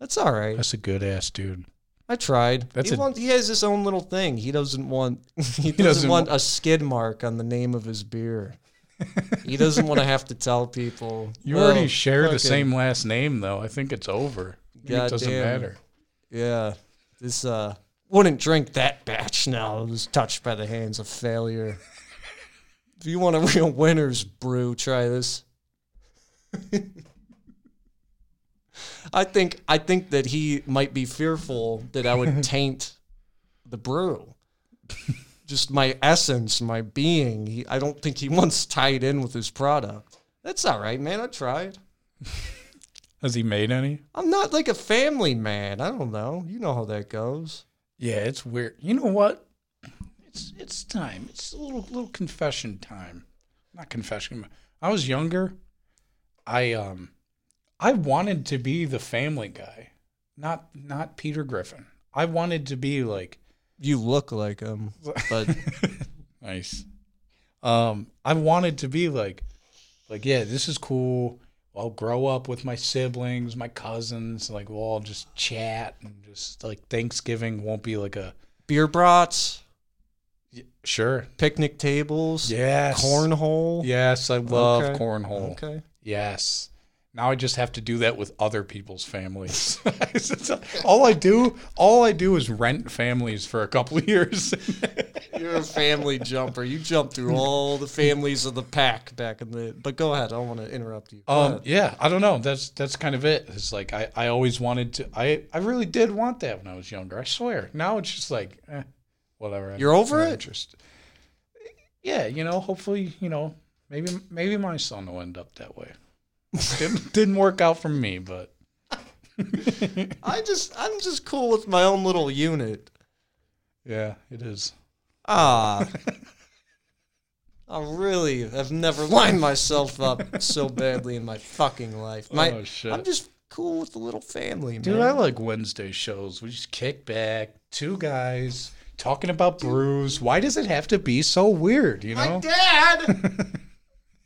S3: That's all right.
S1: That's a good ass dude.
S3: I tried.
S1: That's
S3: he,
S1: a-
S3: want- he has his own little thing. He doesn't want. He doesn't,
S1: doesn't
S3: want a skid mark on the name of his beer. he doesn't want to have to tell people.
S1: You
S3: "Oh,
S1: already share the
S3: fucking-
S1: same last name though. I think it's over. I think it doesn't
S3: Goddamn.
S1: matter.
S3: Yeah. This uh wouldn't drink that batch now. It was touched by the hands of failure. if you want a real winner's brew, try this. I think I think that he might be fearful that I would taint the brew. Just my essence, my being. He, I don't think he wants tied in with his product. That's all right, man. I tried.
S1: Has he made any?
S3: I'm not like a family man. I don't know. You know how that goes.
S1: Yeah, it's weird. You know what? It's it's time. It's a little little confession time. Not confession. but I was younger. I um I wanted to be the family guy. Not not Peter Griffin. I wanted to be like
S3: you look like him, but
S1: Nice. Um, I wanted to be like, like, yeah, this is cool. I'll grow up with my siblings, my cousins. Like, we'll all just chat and just like Thanksgiving won't be like a
S3: beer brats,
S1: sure.
S3: picnic tables,
S1: Yes.
S3: cornhole.
S1: Yes, I love
S3: Okay.
S1: cornhole.
S3: Okay.
S1: Yes. Now I just have to do that with other people's families. all I do, all I do is rent families for a couple of years.
S3: You're a family jumper. You jumped through all the families of the pack back in the. But go ahead. I don't want to interrupt you. Go
S1: Um,
S3: ahead.
S1: yeah, I don't know. That's that's kind of it. It's like I, I always wanted to. I, I really did want that when I was younger. I swear. Now it's just like, eh, whatever.
S3: You're over it?
S1: Interest. Yeah, you know. Hopefully, you know. Maybe maybe my son will end up that way. didn't, didn't work out for me, but
S3: I just, I'm just cool with my own little unit.
S1: yeah, it is.
S3: Ah. I really have never lined myself up so badly in my fucking life. My,
S1: Oh, shit.
S3: I'm just cool with the little family, man.
S1: Dude, I like Wednesday shows. We just kick back, two guys talking about brews. Why does it have to be so weird? You know.
S3: My dad.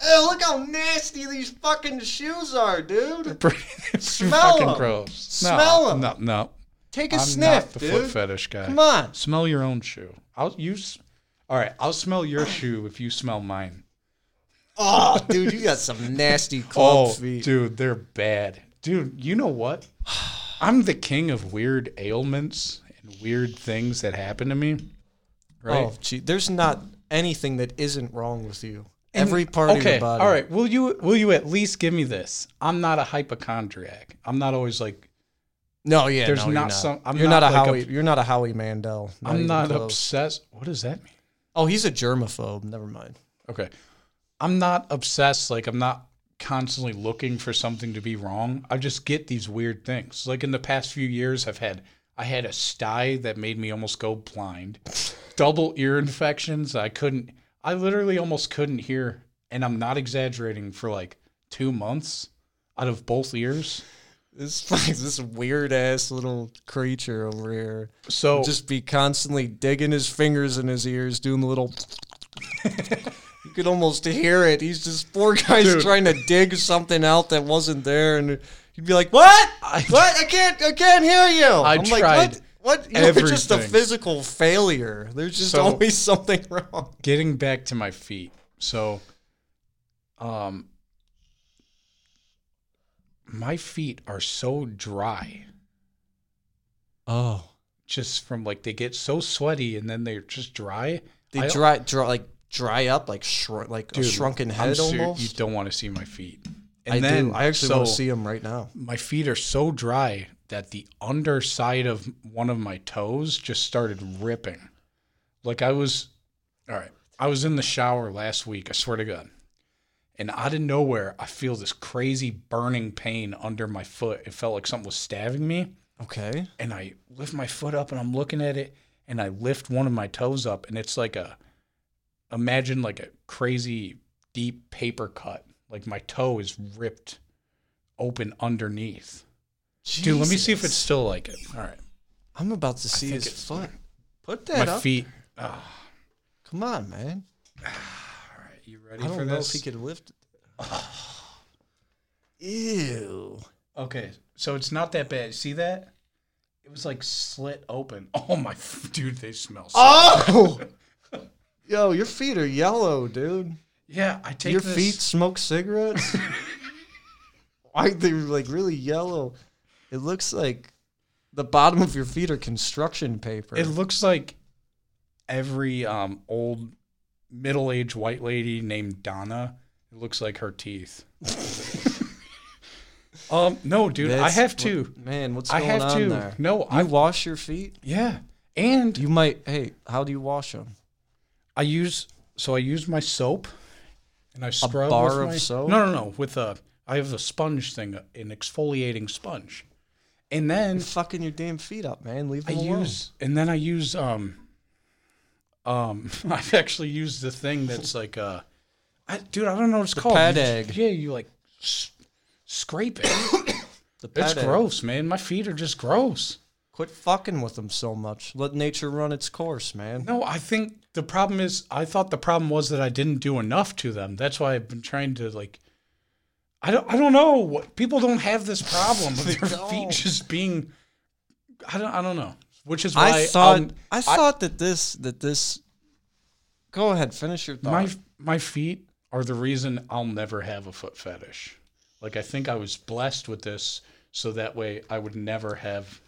S3: oh, look how nasty these fucking shoes are, dude.
S1: smell
S3: Smell
S1: fucking
S3: 'em.
S1: gross.
S3: Smell
S1: no,
S3: 'em.
S1: No, no.
S3: Take a
S1: I'm
S3: sniff,
S1: not the
S3: dude.
S1: foot fetish guy.
S3: Come on.
S1: Smell your own shoe. I'll you. s- All right, I'll smell your shoe if you smell mine.
S3: Oh, dude, you got some nasty club
S1: Oh,
S3: feet.
S1: dude, they're bad. Dude, you know what? I'm the king of weird ailments and weird things that happen to me. Right?
S3: Oh, gee, there's not anything that isn't wrong with you. Every part of your body.
S1: Mm, All right. Will you will you at least give me this? I'm not a hypochondriac. I'm not always like
S3: No, yeah,
S1: There's
S3: no, you're
S1: not some- I'm
S3: you're
S1: not
S3: not,
S1: like
S3: a
S1: a-
S3: Howie. you're not a Howie Mandel.
S1: I'm
S3: even
S1: not
S3: close.
S1: obsessed. What does that mean?
S3: Oh, he's a germaphobe. Never mind.
S1: Okay. I'm not obsessed. Like, I'm not constantly looking for something to be wrong. I just get these weird things. Like, in the past few years, I've had. I had a sty that made me almost go blind. Double ear infections. I couldn't, I literally almost couldn't hear. And I'm not exaggerating for like two months out of both ears.
S3: This this weird ass little creature over here.
S1: So
S3: Just be constantly digging his fingers in his ears, doing the little. you could almost hear it. He's just poor guys
S1: Dude.
S3: trying to dig something out that wasn't there, and you'd be like, "What?
S1: I-
S3: what? I can't. I can't hear you." I am
S1: tried
S3: Like, what? what? You're just a
S1: everything.
S3: physical failure. There's just
S1: So-
S3: always something wrong.
S1: getting back to my feet. So, um, my feet are so dry
S3: Oh,
S1: just from like they get so sweaty and then they're just dry.
S3: they
S1: I-
S3: dry, dry, like dry up, like shrunk, like a
S1: Dude,
S3: shrunken
S1: I'm
S3: head
S1: ser-
S3: almost.
S1: You don't want to see my feet. And
S3: I
S1: then,
S3: do. I actually
S1: so
S3: want to see him right now.
S1: My feet are so dry that the underside of one of my toes just started ripping. Like I was, all right, I was in the shower last week, I swear to God. And out of nowhere, I feel this crazy burning pain under my foot. It felt like something was stabbing me.
S3: Okay.
S1: And I lift my foot up and I'm looking at it and I lift one of my toes up and it's like a, imagine like a crazy deep paper cut. Like my toe is ripped open underneath. Dude, let me see if it's
S3: Jesus.
S1: still like it. All right.
S3: I'm about to see
S1: think
S3: his
S1: it's-
S3: foot. Put
S1: My
S3: that up.
S1: feet. ah,
S3: Come on, man.
S1: all right. You ready
S3: I
S1: for
S3: don't know if
S1: this?
S3: he could lift. Ew.
S1: Okay. So it's not that bad. See that? It was like slit open. Oh, my. f- Dude, they smell. So-
S3: Oh. Yo, your feet are yellow, dude.
S1: yeah. I take
S3: your
S1: this-
S3: feet smoke cigarettes. Why they're like really yellow? It looks like the bottom of your feet are construction paper.
S1: It looks like every um, old middle aged white lady named Donna. It looks like her teeth. um, no, dude. I
S3: That's-
S1: have
S3: what-
S1: to.
S3: Man, what's
S1: I
S3: going
S1: have
S3: on
S1: to.
S3: there?
S1: No,
S3: you
S1: I.
S3: wash your feet.
S1: Yeah. And
S3: You might. Hey, how do you wash them?
S1: I use so I use my soap, and I scrub
S3: bar
S1: with
S3: of
S1: my,
S3: soap?
S1: No, no, no. With a I have a sponge thing, an exfoliating sponge, and then
S3: You're fucking your damn feet up, man. Leave
S1: I
S3: them alone.
S1: use and then I use um um I've actually used the thing that's like uh I, dude I don't know what it's called.
S3: pad
S1: You just-
S3: egg.
S1: Yeah, you like s- scrape it.
S3: the
S1: it's
S3: pad egg.
S1: gross, man. My feet are just gross.
S3: Quit fucking with them so much. Let nature run its course, man.
S1: No, I think the problem is I thought the problem was that I didn't do enough to them. That's why I've been trying to like I don't I don't know what people don't have this problem of their feet
S3: don't.
S1: just being I don't I don't know. Which is why
S3: I thought
S1: um,
S3: I thought that this that this. Go ahead, finish your thought.
S1: my my feet are the reason I'll never have a foot fetish. Like I think I was blessed with this so that way I would never have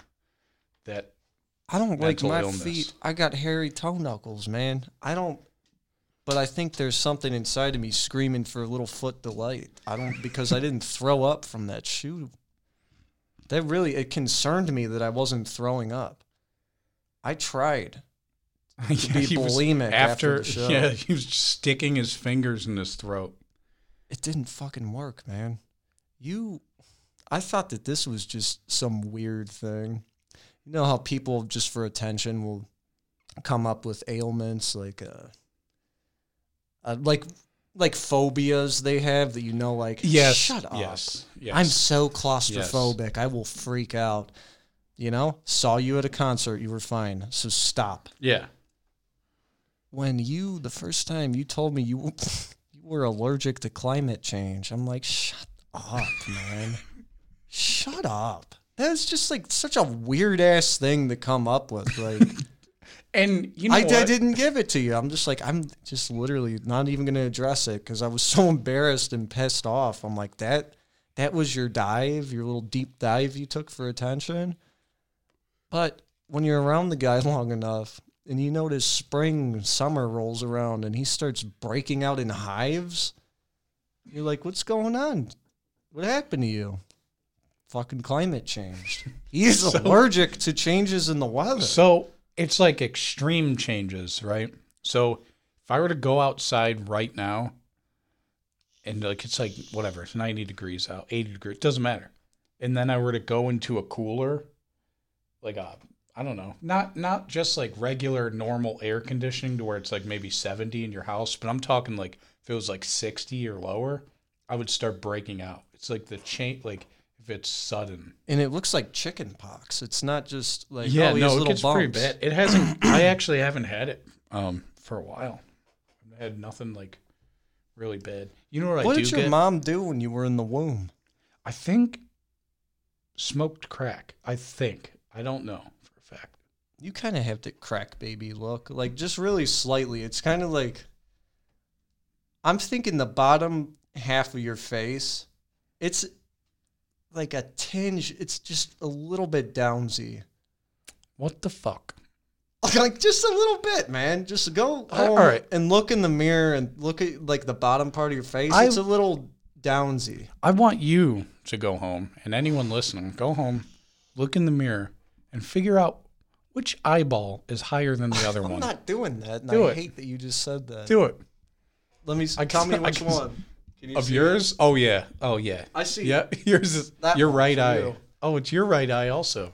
S1: that
S3: I don't like
S1: mental
S3: my
S1: illness.
S3: feet. I got hairy toe knuckles, man. I don't. But I think there's something inside of me screaming for a little foot delight. I don't because I didn't throw up from that shoe. That really it concerned me that I wasn't throwing up. I tried.
S1: yeah,
S3: be
S1: he was-
S3: bulimic after the show.
S1: yeah, he was sticking his fingers in his throat.
S3: It didn't fucking work, man. You, I thought that this was just some weird thing. You know how people just for attention will come up with ailments like, uh, uh like, like phobias they have that you know, like,
S1: Yes.
S3: shut up.
S1: Yes. Yes.
S3: I'm so claustrophobic. I will freak out. You know, saw you at a concert. You were fine. So stop.
S1: yeah.
S3: when you the first time you told me you you were allergic to climate change, I'm like, shut up, man. shut up. That's just like such a weird ass thing to come up with. Like
S1: And you know
S3: I,
S1: what?
S3: I didn't give it to you. I'm just like I'm just literally not even gonna address it because I was so embarrassed and pissed off. I'm like that that was your dive, your little deep dive you took for attention. But when you're around the guy long enough and you notice spring summer rolls around and he starts breaking out in hives, you're like, What's going on? What happened to you? fucking climate change. He's allergic to changes in the weather.
S1: So it's like extreme changes, right? So if I were to go outside right now and like it's like whatever, it's 90 degrees out, 80 degrees, it doesn't matter. And then I were to go into a cooler, like a I don't know, not not just like regular normal air conditioning to where it's like maybe 70 in your house, but I'm talking like if it was like 60 or lower, I would start breaking out. It's like the chain like if it's sudden.
S3: and it looks like chicken pox. It's not just like
S1: yeah,
S3: oh, he has
S1: no, it
S3: little
S1: gets pretty
S3: bumps.
S1: bad. It hasn't. I actually haven't had it um for a while. I've had nothing like really bad. You know what,
S3: What
S1: I do
S3: did your
S1: get?
S3: mom do when you were in the womb?
S1: I think smoked crack. I think I don't know for a fact.
S3: You kind of have to crack baby look, like just really slightly. It's kind of like I'm thinking the bottom half of your face. It's like a tinge. It's just a little bit downsy.
S1: What the fuck?
S3: Like just a little bit, man. Just go
S1: All
S3: home
S1: right.
S3: and look in the mirror and look at like the bottom part of your face.
S1: I-
S3: it's a little downsy.
S1: I want you to go home and anyone listening, go home, look in the mirror, and figure out which eyeball is higher than the other
S3: I'm
S1: one.
S3: not doing that, and
S1: Do
S3: I
S1: it.
S3: hate that you just said that.
S1: do it
S3: Let me s-
S1: I
S3: tell
S1: can-
S3: me
S1: I
S3: which
S1: can-
S3: one. Can you
S1: of
S3: see it?
S1: yours. Oh yeah. Oh yeah.
S3: I see.
S1: Yeah, yours is
S3: That
S1: your
S3: one
S1: right
S3: for
S1: eye.
S3: you.
S1: Oh, it's your right eye also.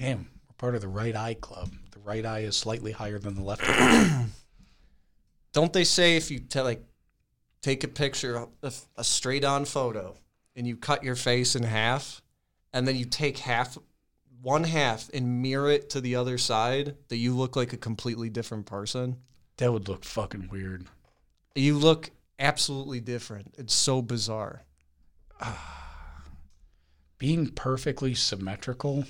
S1: Damn, we're part of the right eye club. The right eye is slightly higher than the left. eye.
S3: Don't they say if you t- like take a picture, of a, a straight on photo, and you cut your face in half, and then you take half, one half, and mirror it to the other side, that you look like a completely different person?
S1: That would look fucking weird.
S3: You look absolutely different. It's so bizarre.
S1: Being perfectly symmetrical.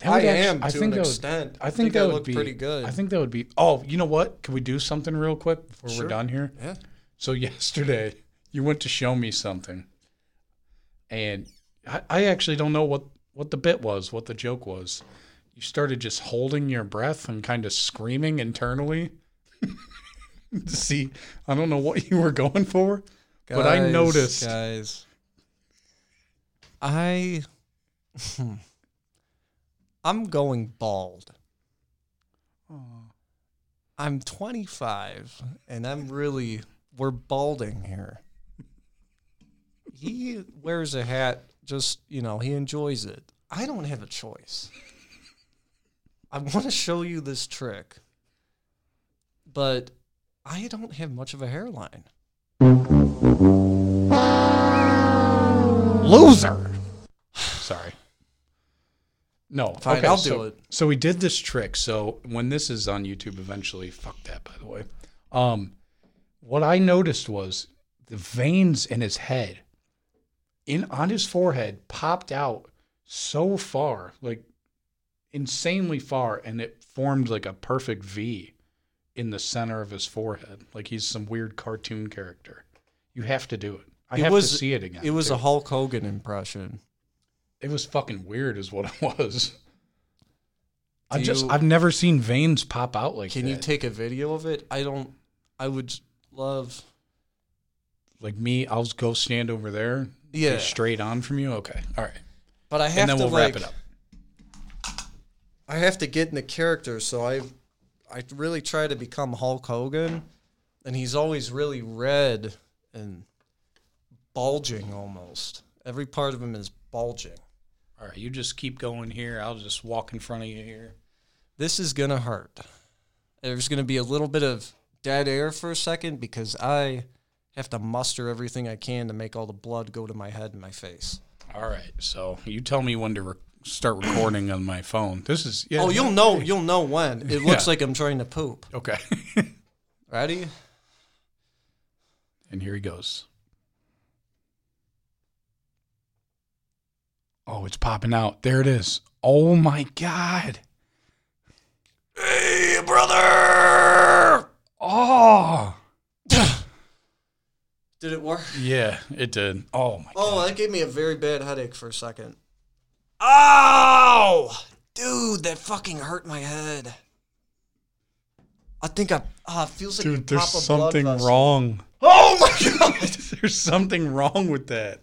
S1: That
S3: I
S1: would actu-
S3: am to an
S1: that would-
S3: extent.
S1: I think, that would
S3: look
S1: be
S3: pretty good.
S1: I think that would be. Oh, you know what? Can we do something real quick before
S3: Sure.
S1: we're done here?
S3: yeah.
S1: So yesterday, you went to show me something, and I, I actually don't know what what the bit was, what the joke was. You started just holding your breath and kind of screaming internally. to see, I don't know what you were going for, but I
S3: Guys,
S1: noticed.
S3: guys. I hmm. I'm going bald. I'm 25 and I'm really we're balding here. He wears a hat just, you know, he enjoys it. I don't have a choice. I want to show you this trick. But I don't have much of a hairline.
S1: Loser. Sorry. No,
S3: Fine,
S1: okay,
S3: I'll
S1: so,
S3: do it.
S1: So we did this trick. So when this is on YouTube eventually, fuck that by the way. Um what I noticed was the veins in his head in on his forehead popped out so far, like insanely far and it formed like a perfect V in the center of his forehead. Like he's some weird cartoon character. You have to do it. I
S3: It
S1: have to
S3: was-
S1: see it again.
S3: It was
S1: too.
S3: a Hulk Hogan impression.
S1: It was fucking weird, is what it was. I
S3: Do
S1: just
S3: you-
S1: I've never seen veins pop out like
S3: Can
S1: that.
S3: you take a video of it? I don't. I would love.
S1: like me? I'll go stand over there.
S3: Yeah.
S1: just straight on from you. Okay, all right,
S3: But I
S1: and
S3: have
S1: then
S3: to
S1: we'll
S3: like,
S1: wrap it up.
S3: I have to get in the character, so I, I really try to become Hulk Hogan, and he's always really red and bulging almost. Every part of him is bulging.
S1: All right, you just keep going here. I'll just walk in front of you here.
S3: This is gonna hurt. There's gonna be a little bit of dead air for a second because I have to muster everything I can to make all the blood go to my head and my face.
S1: All right, so you tell me when to re- start recording on my phone. This is yeah.
S3: Oh, you'll know. You'll know when. It looks
S1: Yeah.
S3: like I'm trying to poop.
S1: okay.
S3: Ready?
S1: and here he goes. Oh, it's popping out. There it is. Oh my god.
S3: Hey, brother!
S1: Oh.
S3: Did it work?
S1: Yeah, it did. Oh my
S3: Oh, that gave me a very bad headache for a second. Ow! Dude, that fucking hurt my head. I think I. Ah, it feels like you
S1: dude, there's
S3: pop a blood
S1: something
S3: vessel.
S1: wrong.
S3: Oh my god!
S1: there's something wrong with that.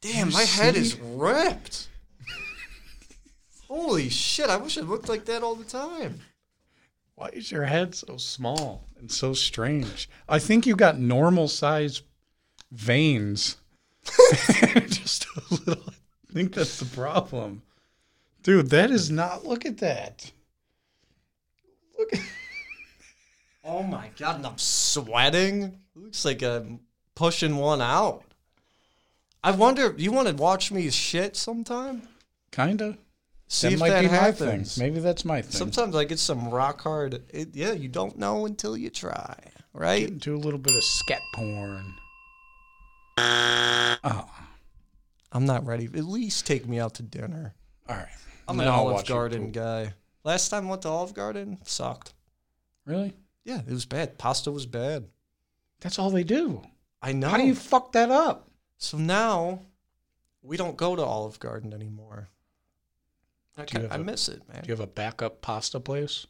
S3: Damn,
S1: You
S3: my head
S1: see?
S3: is ripped. Holy shit, I wish I looked like that all the time.
S1: Why is your head so small and so strange? I think you got normal size veins. Just a little. I think that's the problem. Dude, that is not. Look at that. Look at.
S3: Oh my god, and I'm sweating. Looks like I'm pushing one out. I wonder, you want to watch me shit sometime?
S1: Kinda.
S3: See if
S1: that might
S3: that
S1: be
S3: happens.
S1: my thing. Maybe that's my thing.
S3: Sometimes I get some rock hard. It, yeah, you don't know until you try, right?
S1: Do a little bit of scat porn. Oh, all
S3: I'm not ready. At least take me out to dinner.
S1: right.
S3: I'm an
S1: Now I'll
S3: Olive
S1: watch you
S3: Garden
S1: poop.
S3: guy. Last time I went to Olive Garden, sucked.
S1: Really?
S3: Yeah, it was bad. Pasta was bad.
S1: That's all they do.
S3: I know.
S1: How do you fuck that up?
S3: so now we don't go to Olive Garden anymore. I,
S1: Do you
S3: ca-
S1: have
S3: I
S1: a-
S3: miss it, man.
S1: Do you have a backup pasta place?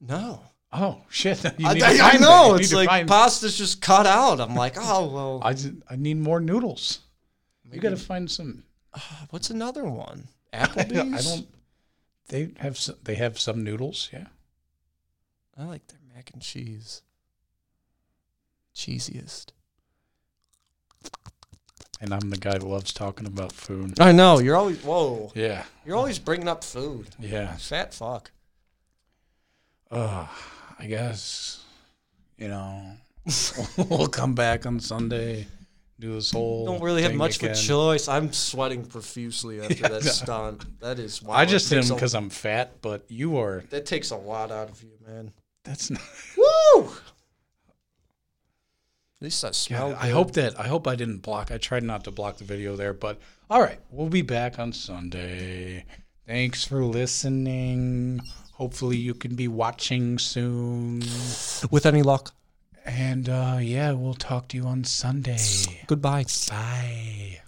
S3: no.
S1: Oh shit! You
S3: I,
S1: need to
S3: I- I
S1: find that. You
S3: know.
S1: need
S3: It's
S1: to
S3: like
S1: find-
S3: pasta's just cut out. I'm like, oh, well.
S1: I just, I need more noodles. You
S3: maybe-
S1: got to find some.
S3: What's another one?
S1: I
S3: Applebee's?
S1: don't. They have some, they have some noodles. Yeah.
S3: I like their mac and cheese. Cheesiest.
S1: And I'm the guy that loves talking about food.
S3: I know. You're always whoa.
S1: Yeah.
S3: You're always bringing up food.
S1: Yeah.
S3: Fat fuck.
S1: Uh, I guess you know we'll come back on Sunday. Do this whole.
S3: Don't really have
S1: thing
S3: much of a
S1: again.
S3: choice. I'm sweating profusely after that stunt. That is wild.
S1: I just
S3: It
S1: did
S3: takes
S1: them
S3: a-
S1: because I'm fat, but you are.
S3: that takes a lot out of you, man.
S1: That's not.
S3: Woo! At least I smell.
S1: God, I hope that I hope I didn't block. I tried not to block the video there, but all right, we'll be back on Sunday. Thanks for listening. Hopefully you can be watching soon.
S3: With any luck.
S1: And uh yeah, we'll talk to you on Sunday.
S3: Goodbye.
S1: Bye.